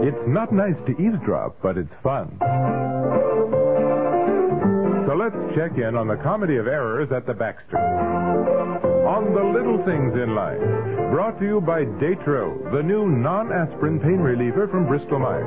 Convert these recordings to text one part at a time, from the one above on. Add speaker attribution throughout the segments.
Speaker 1: It's not nice to eavesdrop, but it's fun. So let's check in on the comedy of errors at the Baxter. On the little things in life. Brought to you by Datro, the new non aspirin pain reliever from Bristol Myers.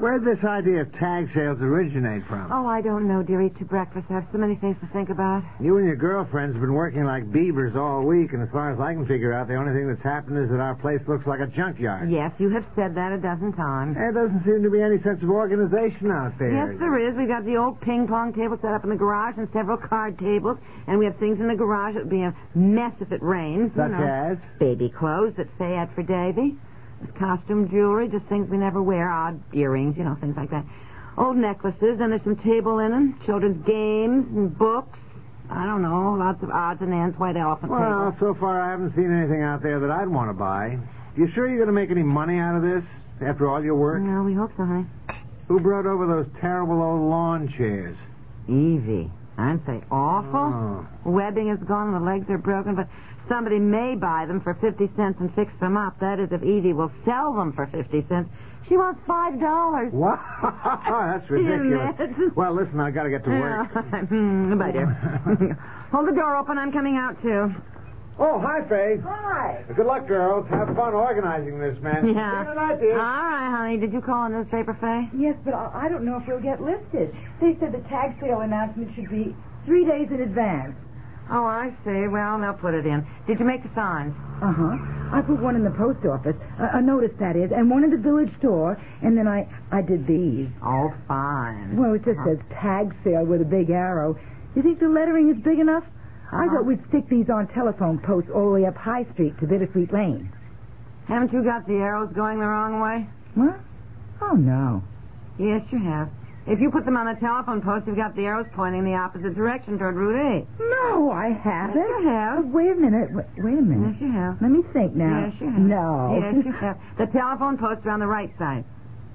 Speaker 2: Where'd this idea of tag sales originate from?
Speaker 3: Oh, I don't know, dearie. To breakfast, I have so many things to think about.
Speaker 2: You and your girlfriend's been working like beavers all week, and as far as I can figure out, the only thing that's happened is that our place looks like a junkyard.
Speaker 3: Yes, you have said that a dozen times.
Speaker 2: There doesn't seem to be any sense of organization out there.
Speaker 3: Yes, there is. We've got the old ping pong table set up in the garage and several card tables, and we have things in the garage that would be a mess if it rains. you
Speaker 2: Such
Speaker 3: know.
Speaker 2: as?
Speaker 3: baby clothes that say "Ed for Davy," costume jewelry, just things we never wear, odd earrings, you know, things like that. Old necklaces, and there's some table linen, children's games and books. I don't know, lots of odds and ends, white elephant
Speaker 2: Well,
Speaker 3: table.
Speaker 2: so far I haven't seen anything out there that I'd want to buy. You sure you're going to make any money out of this after all your work?
Speaker 3: No, we hope so, honey.
Speaker 2: Who brought over those terrible old lawn chairs? Oh.
Speaker 3: Easy. Aren't they awful? Webbing is gone, the legs are broken, but somebody may buy them for 50 cents and fix them up. That is, if Evie will sell them for 50 cents. She wants $5.
Speaker 2: What? That's ridiculous.
Speaker 3: Imagine.
Speaker 2: Well, listen, I've got to get to work.
Speaker 3: Yeah. Hmm, Goodbye, dear. Hold the door open. I'm coming out, too.
Speaker 2: Oh, hi, Faye.
Speaker 3: Hi.
Speaker 2: Good luck, girls. Have fun organizing this, man.
Speaker 3: Yeah. Uh,
Speaker 2: Good
Speaker 3: All
Speaker 2: night, dear.
Speaker 3: right, honey. Did you call a newspaper, Faye?
Speaker 4: Yes, but I I don't know if you'll get listed. They said the tag sale announcement should be three days in advance.
Speaker 3: Oh, I see. Well, they'll put it in. Did you make the signs?
Speaker 4: Uh huh. I put one in the post office, a, a notice that is, and one in the village store, and then I I did these.
Speaker 3: Oh, fine.
Speaker 4: Well, it just says tag sale with a big arrow. You think the lettering is big enough? I thought we'd stick these on telephone posts all the way up High Street to Bittersweet Lane.
Speaker 3: Haven't you got the arrows going the wrong way?
Speaker 4: What? Oh no.
Speaker 3: Yes, you have. If you put them on the telephone post, you've got the arrows pointing the opposite direction toward Route 8.
Speaker 4: No, I haven't.
Speaker 3: Yes, you have.
Speaker 4: Wait a minute. Wait, wait a minute.
Speaker 3: Yes, you have.
Speaker 4: Let me think now.
Speaker 3: Yes, you have.
Speaker 4: No.
Speaker 3: Yes, you have. The telephone posts are on the right side.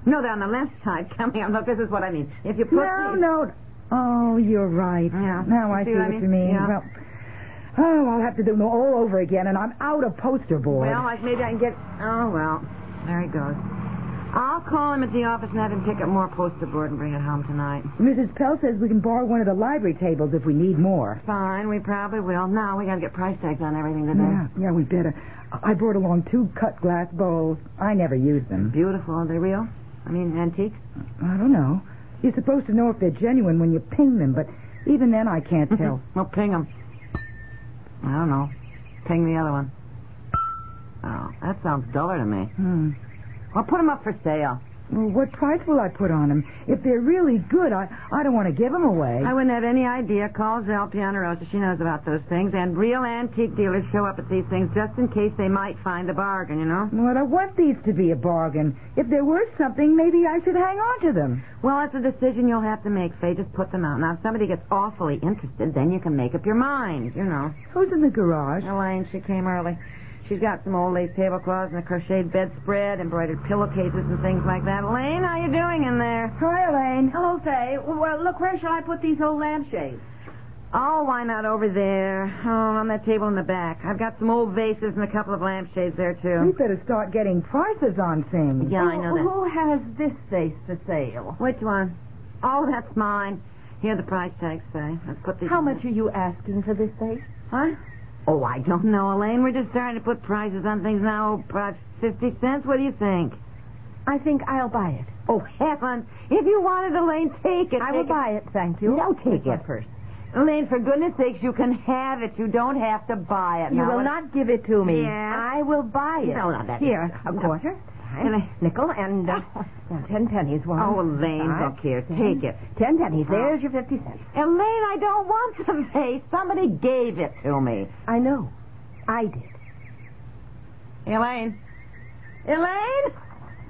Speaker 3: No, they're on the left side. Come here. Look, this is what I mean. If you put
Speaker 4: No,
Speaker 3: these-
Speaker 4: no. Oh, you're right.
Speaker 3: Yeah.
Speaker 4: Now
Speaker 3: Mm.
Speaker 4: I
Speaker 3: See
Speaker 4: see
Speaker 3: what I
Speaker 4: what
Speaker 3: mean?
Speaker 4: you mean.
Speaker 3: Yeah.
Speaker 4: Well, oh, I'll have to do them all over again, and I'm out of poster board.
Speaker 3: Well, like maybe I can get. Oh well, there he goes. I'll call him at the office and have him pick up more poster board and bring it home tonight.
Speaker 4: Mrs. Pell says we can borrow one of the library tables if we need more.
Speaker 3: Fine, we probably will. Now we got to get price tags on everything today.
Speaker 4: Yeah, yeah, we better. I brought along two cut glass bowls. I never use them.
Speaker 3: Beautiful. Are they real? I mean, antique.
Speaker 4: I don't know. You're supposed to know if they're genuine when you ping them, but even then I can't tell.
Speaker 3: Well, ping him. I don't know. Ping the other one. Oh, that sounds duller to me.
Speaker 4: Hmm.
Speaker 3: Well, put him up for sale.
Speaker 4: Well, what price will I put on them? If they're really good, I I don't want to give them away.
Speaker 3: I wouldn't have any idea. Call Zell Pianarosa. She knows about those things. And real antique dealers show up at these things just in case they might find a bargain, you know?
Speaker 4: Well, I want these to be a bargain. If they're worth something, maybe I should hang on to them.
Speaker 3: Well, it's a decision you'll have to make, Faye. Just put them out. Now, if somebody gets awfully interested, then you can make up your mind, you know.
Speaker 4: Who's in the garage?
Speaker 3: Elaine, she came early. She's got some old lace tablecloths and a crocheted bedspread, embroidered pillowcases and things like that. Elaine, how you doing in there?
Speaker 4: Hi, Elaine.
Speaker 5: Hello, Faye. Well, look, where shall I put these old lampshades?
Speaker 3: Oh, why not over there? Oh, on that table in the back. I've got some old vases and a couple of lampshades there,
Speaker 4: We
Speaker 3: too.
Speaker 4: better start getting prices on things.
Speaker 3: Yeah, I know that.
Speaker 5: Who has this vase for sale?
Speaker 3: Which one? Oh, that's mine. Here are the price tags, Faye. Let's put these.
Speaker 5: How much are you asking for this vase?
Speaker 3: Huh? Oh, I don't know, Elaine. We're just starting to put prices on things now. Perhaps 50 cents. What do you think?
Speaker 5: I think I'll buy it.
Speaker 3: Oh, heavens. If you wanted, Elaine, take it.
Speaker 5: I will
Speaker 3: Take
Speaker 5: buy it, thank you.
Speaker 3: No, take
Speaker 5: With my
Speaker 3: it.
Speaker 5: purse.
Speaker 3: Elaine, for goodness sakes, you can have it. You don't have to buy it.
Speaker 5: You
Speaker 3: Now,
Speaker 5: will
Speaker 3: it-
Speaker 5: not give it to me.
Speaker 3: Yeah,
Speaker 5: I will buy it.
Speaker 3: No, not that.
Speaker 5: Here, a
Speaker 3: No.
Speaker 5: quarter.
Speaker 3: Can I-
Speaker 5: Nickel and uh, now ten pennies. One.
Speaker 3: Oh, Elaine,
Speaker 5: five,
Speaker 3: look here.
Speaker 5: ten.
Speaker 3: Take it.
Speaker 5: Ten pennies. There's your fifty cents.
Speaker 3: Elaine, I don't want the vase. Somebody gave it to me.
Speaker 5: I know. I did.
Speaker 3: Elaine. Elaine?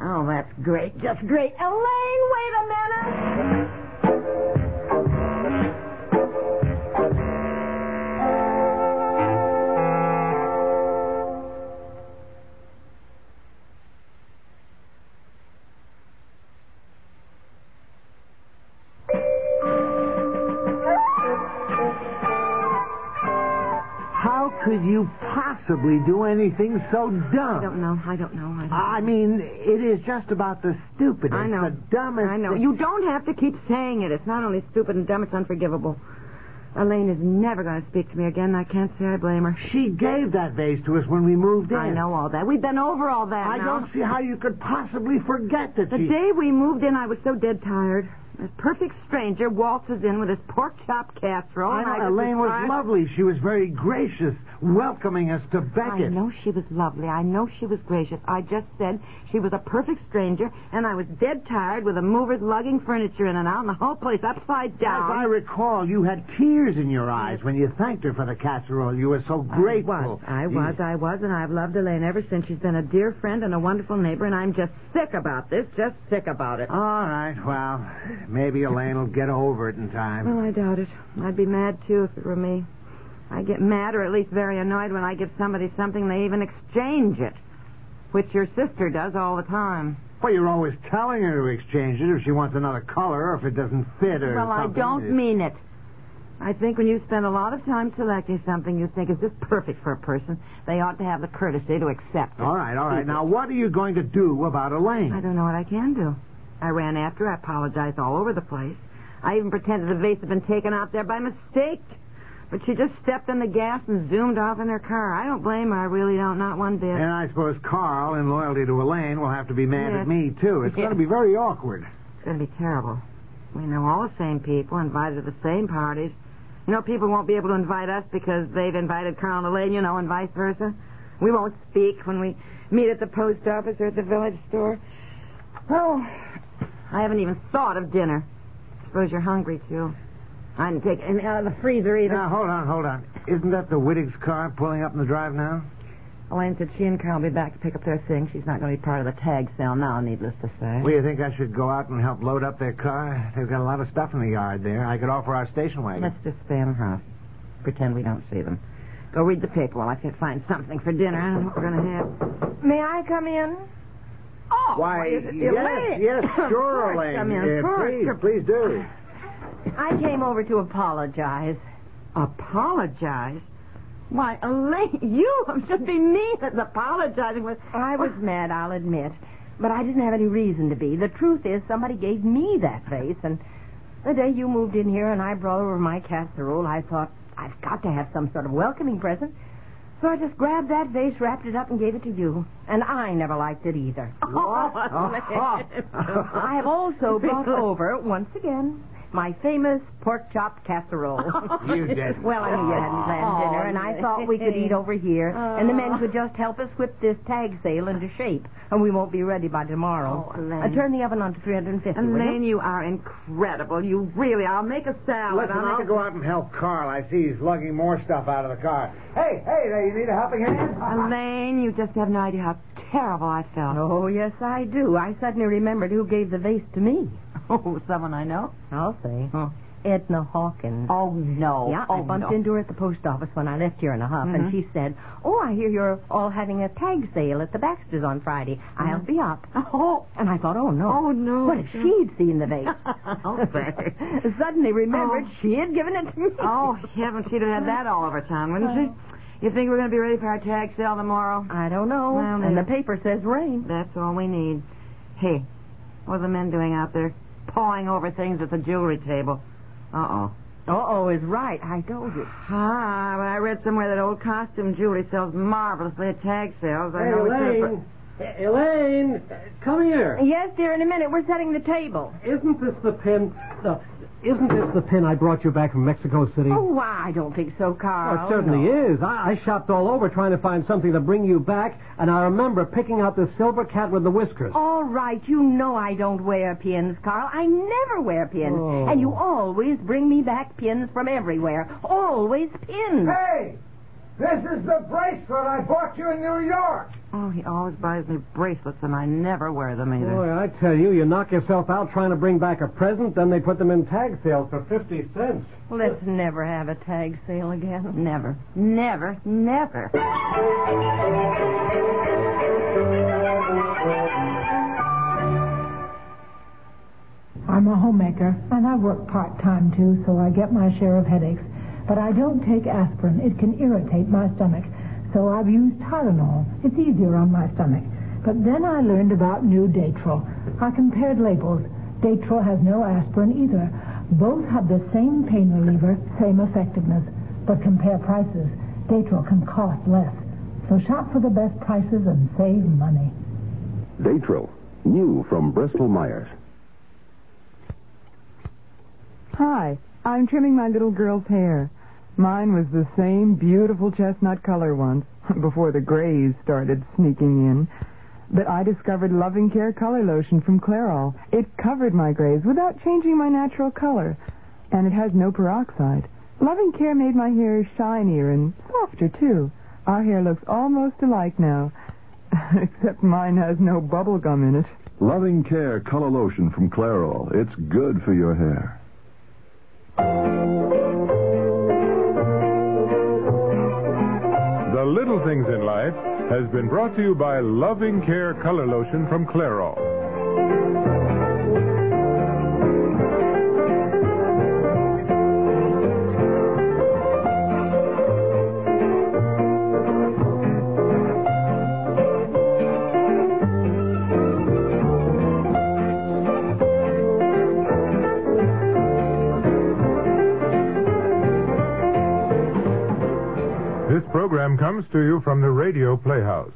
Speaker 3: Oh, that's great. Just great. Elaine, wait a minute.
Speaker 2: How could you possibly do anything so
Speaker 3: I
Speaker 2: dumb?
Speaker 3: don't know. I don't know. I don't
Speaker 2: I mean, it is just about the stupidest,
Speaker 3: I know.
Speaker 2: the dumbest.
Speaker 3: I know.
Speaker 2: thi-
Speaker 3: You don't have to keep saying it. It's not only stupid and dumb, it's unforgivable. Elaine is never going to speak to me again. and I can't say I blame her.
Speaker 2: She gave that vase to us when we moved in.
Speaker 3: I know all that. We've been over all that.
Speaker 2: I
Speaker 3: now.
Speaker 2: don't see how you could possibly forget that
Speaker 3: The
Speaker 2: she...
Speaker 3: day we moved in, I was so dead tired. A perfect stranger waltzes in with his pork chop casserole.
Speaker 2: I
Speaker 3: and oh, I
Speaker 2: know
Speaker 3: just
Speaker 2: Elaine was
Speaker 3: decide-
Speaker 2: lovely. She was very gracious, welcoming us to
Speaker 3: I
Speaker 2: Beckett.
Speaker 3: know she was lovely. I know she was gracious. I just said she was a perfect stranger, and I was dead tired with the movers lugging furniture in and out and the whole place upside
Speaker 2: As
Speaker 3: down.
Speaker 2: I recall, you had tears in your eyes when you thanked her for the casserole. You were so grateful.
Speaker 3: I was, I was, I was, and I've loved Elaine ever since. She's been a dear friend and a wonderful neighbor, and I'm just sick about this, just sick about it.
Speaker 2: All right, well, maybe Elaine will get over it in time.
Speaker 3: Well, I doubt it. I'd be mad, too, if it were me. I get mad, or at least very annoyed, when I give somebody something and they even exchange it, which your sister does all the time.
Speaker 2: Well, you're always telling her to exchange it if she wants another color or if it doesn't fit or
Speaker 3: well, I
Speaker 2: something.
Speaker 3: don't mean it. I think when you spend a lot of time selecting something you think is just perfect for a person, they ought to have the courtesy to accept it.
Speaker 2: All right, all right. Now, what are you going to do about Elaine?
Speaker 3: I don't know what I can do. I ran after her. I apologized all over the place. I even pretended the vase had been taken out there by mistake. But she just stepped on the gas and zoomed off in her car. I don't blame her. I really don't. Not one bit.
Speaker 2: And I suppose Carl, in loyalty to Elaine, will have to be mad
Speaker 3: Yes.
Speaker 2: at me, too. It's going to be very awkward.
Speaker 3: It's going to be terrible. We know all the same people, invited to the same parties. You know, people won't be able to invite us because they've invited Carl and Elaine, you know, and vice versa. We won't speak when we meet at the post office or at the village store. Oh, I haven't even thought of dinner. Suppose you're hungry, too. I didn't take anything out of the freezer either.
Speaker 2: Now, hold on, hold on. Isn't that the Wittig's car pulling up in the drive now?
Speaker 3: Elaine said she and Carl will be back to pick up their things. She's not going to be part of the tag sale now, needless to say.
Speaker 2: Well, you think I should go out and help load up their car? They've got a lot of stuff in the yard there. I could offer our station wagon.
Speaker 3: Let's just stay in the house. Pretend we don't see them. Go read the paper while I can find something for dinner. I don't know what we're going to have.
Speaker 5: May I come in?
Speaker 3: Oh,
Speaker 2: Why,
Speaker 3: is it,
Speaker 2: yes,
Speaker 3: Elaine?
Speaker 2: yes,
Speaker 3: Of
Speaker 2: sure,
Speaker 3: course,
Speaker 2: Elaine.
Speaker 3: Come in,
Speaker 2: Yeah,
Speaker 3: of course.
Speaker 2: please, please do.
Speaker 5: I came over to apologize.
Speaker 3: Apologize? Why, Elaine, you should be me that's apologizing. With...
Speaker 5: I was mad, I'll admit. But I didn't have any reason to be. The truth is, somebody gave me that vase, and the day you moved in here and I brought over my casserole, I thought, I've got to have some sort of welcoming present. So I just grabbed that vase, wrapped it up, and gave it to you. And I never liked it either.
Speaker 3: Oh,
Speaker 5: I have also brought over, once again, my famous pork chop casserole.
Speaker 2: You did.
Speaker 5: Well, I knew you hadn't planned
Speaker 3: Oh, Uh.
Speaker 5: dinner, and I thought we could eat over here, and the men could just help us whip this tag sale into shape, and we won't be ready by tomorrow.
Speaker 3: Oh, Elaine.
Speaker 5: Uh, turn the oven on to 350. will you?
Speaker 3: Elaine, you are incredible. You really, I'll make a salad.
Speaker 2: Listen, I'll
Speaker 3: make
Speaker 2: go out and help Carl. I see he's lugging more stuff out of the car. Hey, hey, there, you need a helping
Speaker 3: a...
Speaker 2: hand?
Speaker 3: Elaine, you just have no idea how terrible I felt.
Speaker 5: Oh, yes, I do. I suddenly remembered who gave the vase to me.
Speaker 3: Oh, someone I know?
Speaker 5: I'll say.
Speaker 3: Huh.
Speaker 5: Edna Hawkins.
Speaker 3: Oh, no.
Speaker 5: Yeah,
Speaker 3: oh,
Speaker 5: I bumped
Speaker 3: no. Mm-hmm.
Speaker 5: into her at the post office when I left here in a huff, and she said, Oh, I hear you're all having a tag sale at the Baxters on Friday. I'll be up.
Speaker 3: Oh,
Speaker 5: And I thought, oh no.
Speaker 3: Oh, no.
Speaker 5: What if she'd seen the vase?
Speaker 3: Okay.
Speaker 5: Suddenly remembered
Speaker 3: Oh.
Speaker 5: she had given it to me.
Speaker 3: Oh, heavens, she'd have had that all over town, wouldn't she? You think we're going to be ready for our tag sale tomorrow?
Speaker 5: I don't know.
Speaker 3: Well,
Speaker 5: and
Speaker 3: yeah.
Speaker 5: the paper says rain.
Speaker 3: That's all we need. Hey, what are the men doing out there? Pawing over things at the jewelry table. Uh-oh.
Speaker 5: Uh-oh is right. I told you.
Speaker 3: Ah, but I read somewhere that old costume jewelry sells marvelously at tag sales. I know it's different.
Speaker 6: Elaine, come here.
Speaker 5: Yes, dear, in a minute. We're setting the table.
Speaker 6: Isn't this the pen... The,
Speaker 2: Isn't this the pin I brought you back from Mexico City?
Speaker 3: Oh, why? I don't think so,
Speaker 2: Well,
Speaker 3: Carl.
Speaker 2: it certainly
Speaker 3: no.
Speaker 2: is. I, I shopped all over trying to find something to bring you back, and I remember picking out the silver cat with the whiskers.
Speaker 3: All right, you know I don't wear pins, Carl. I never wear pins.
Speaker 2: Oh.
Speaker 3: And you always bring me back pins from everywhere. Always pins.
Speaker 7: Hey! This is the bracelet I bought you in New York.
Speaker 8: Oh, he always buys me bracelets, and I never wear them either.
Speaker 2: Boy, I tell you, you knock yourself out trying to bring back a present, then they put them in tag sales for 50 cents.
Speaker 3: Let's never have a tag sale again.
Speaker 8: Never, never, never.
Speaker 4: I'm a homemaker, and I work part time too, so I get my share of headaches. But I don't take aspirin, it can irritate my stomach. So I've used Tylenol. It's easier on my stomach. But then I learned about new Datril. I compared labels. Datril has no aspirin either. Both have the same pain reliever, same effectiveness. But compare prices. Datril can cost less. So shop for the best prices and save money.
Speaker 9: Datro, new from Bristol Myers.
Speaker 10: Hi, I'm trimming my little girl's hair. Mine was the same beautiful chestnut color once, before the grays started sneaking in. But I discovered Loving Care Color Lotion from Clairol. It covered my grays without changing my natural color, and it has no peroxide. Loving Care made my hair shinier and softer, too. Our hair looks almost alike now, except mine has no bubble gum in it.
Speaker 9: Loving Care Color Lotion from Clairol. It's good for your hair.
Speaker 1: The Little Things in Life has been brought to you by Loving Care Color Lotion from Clairol. This program comes to you from the Radio Playhouse.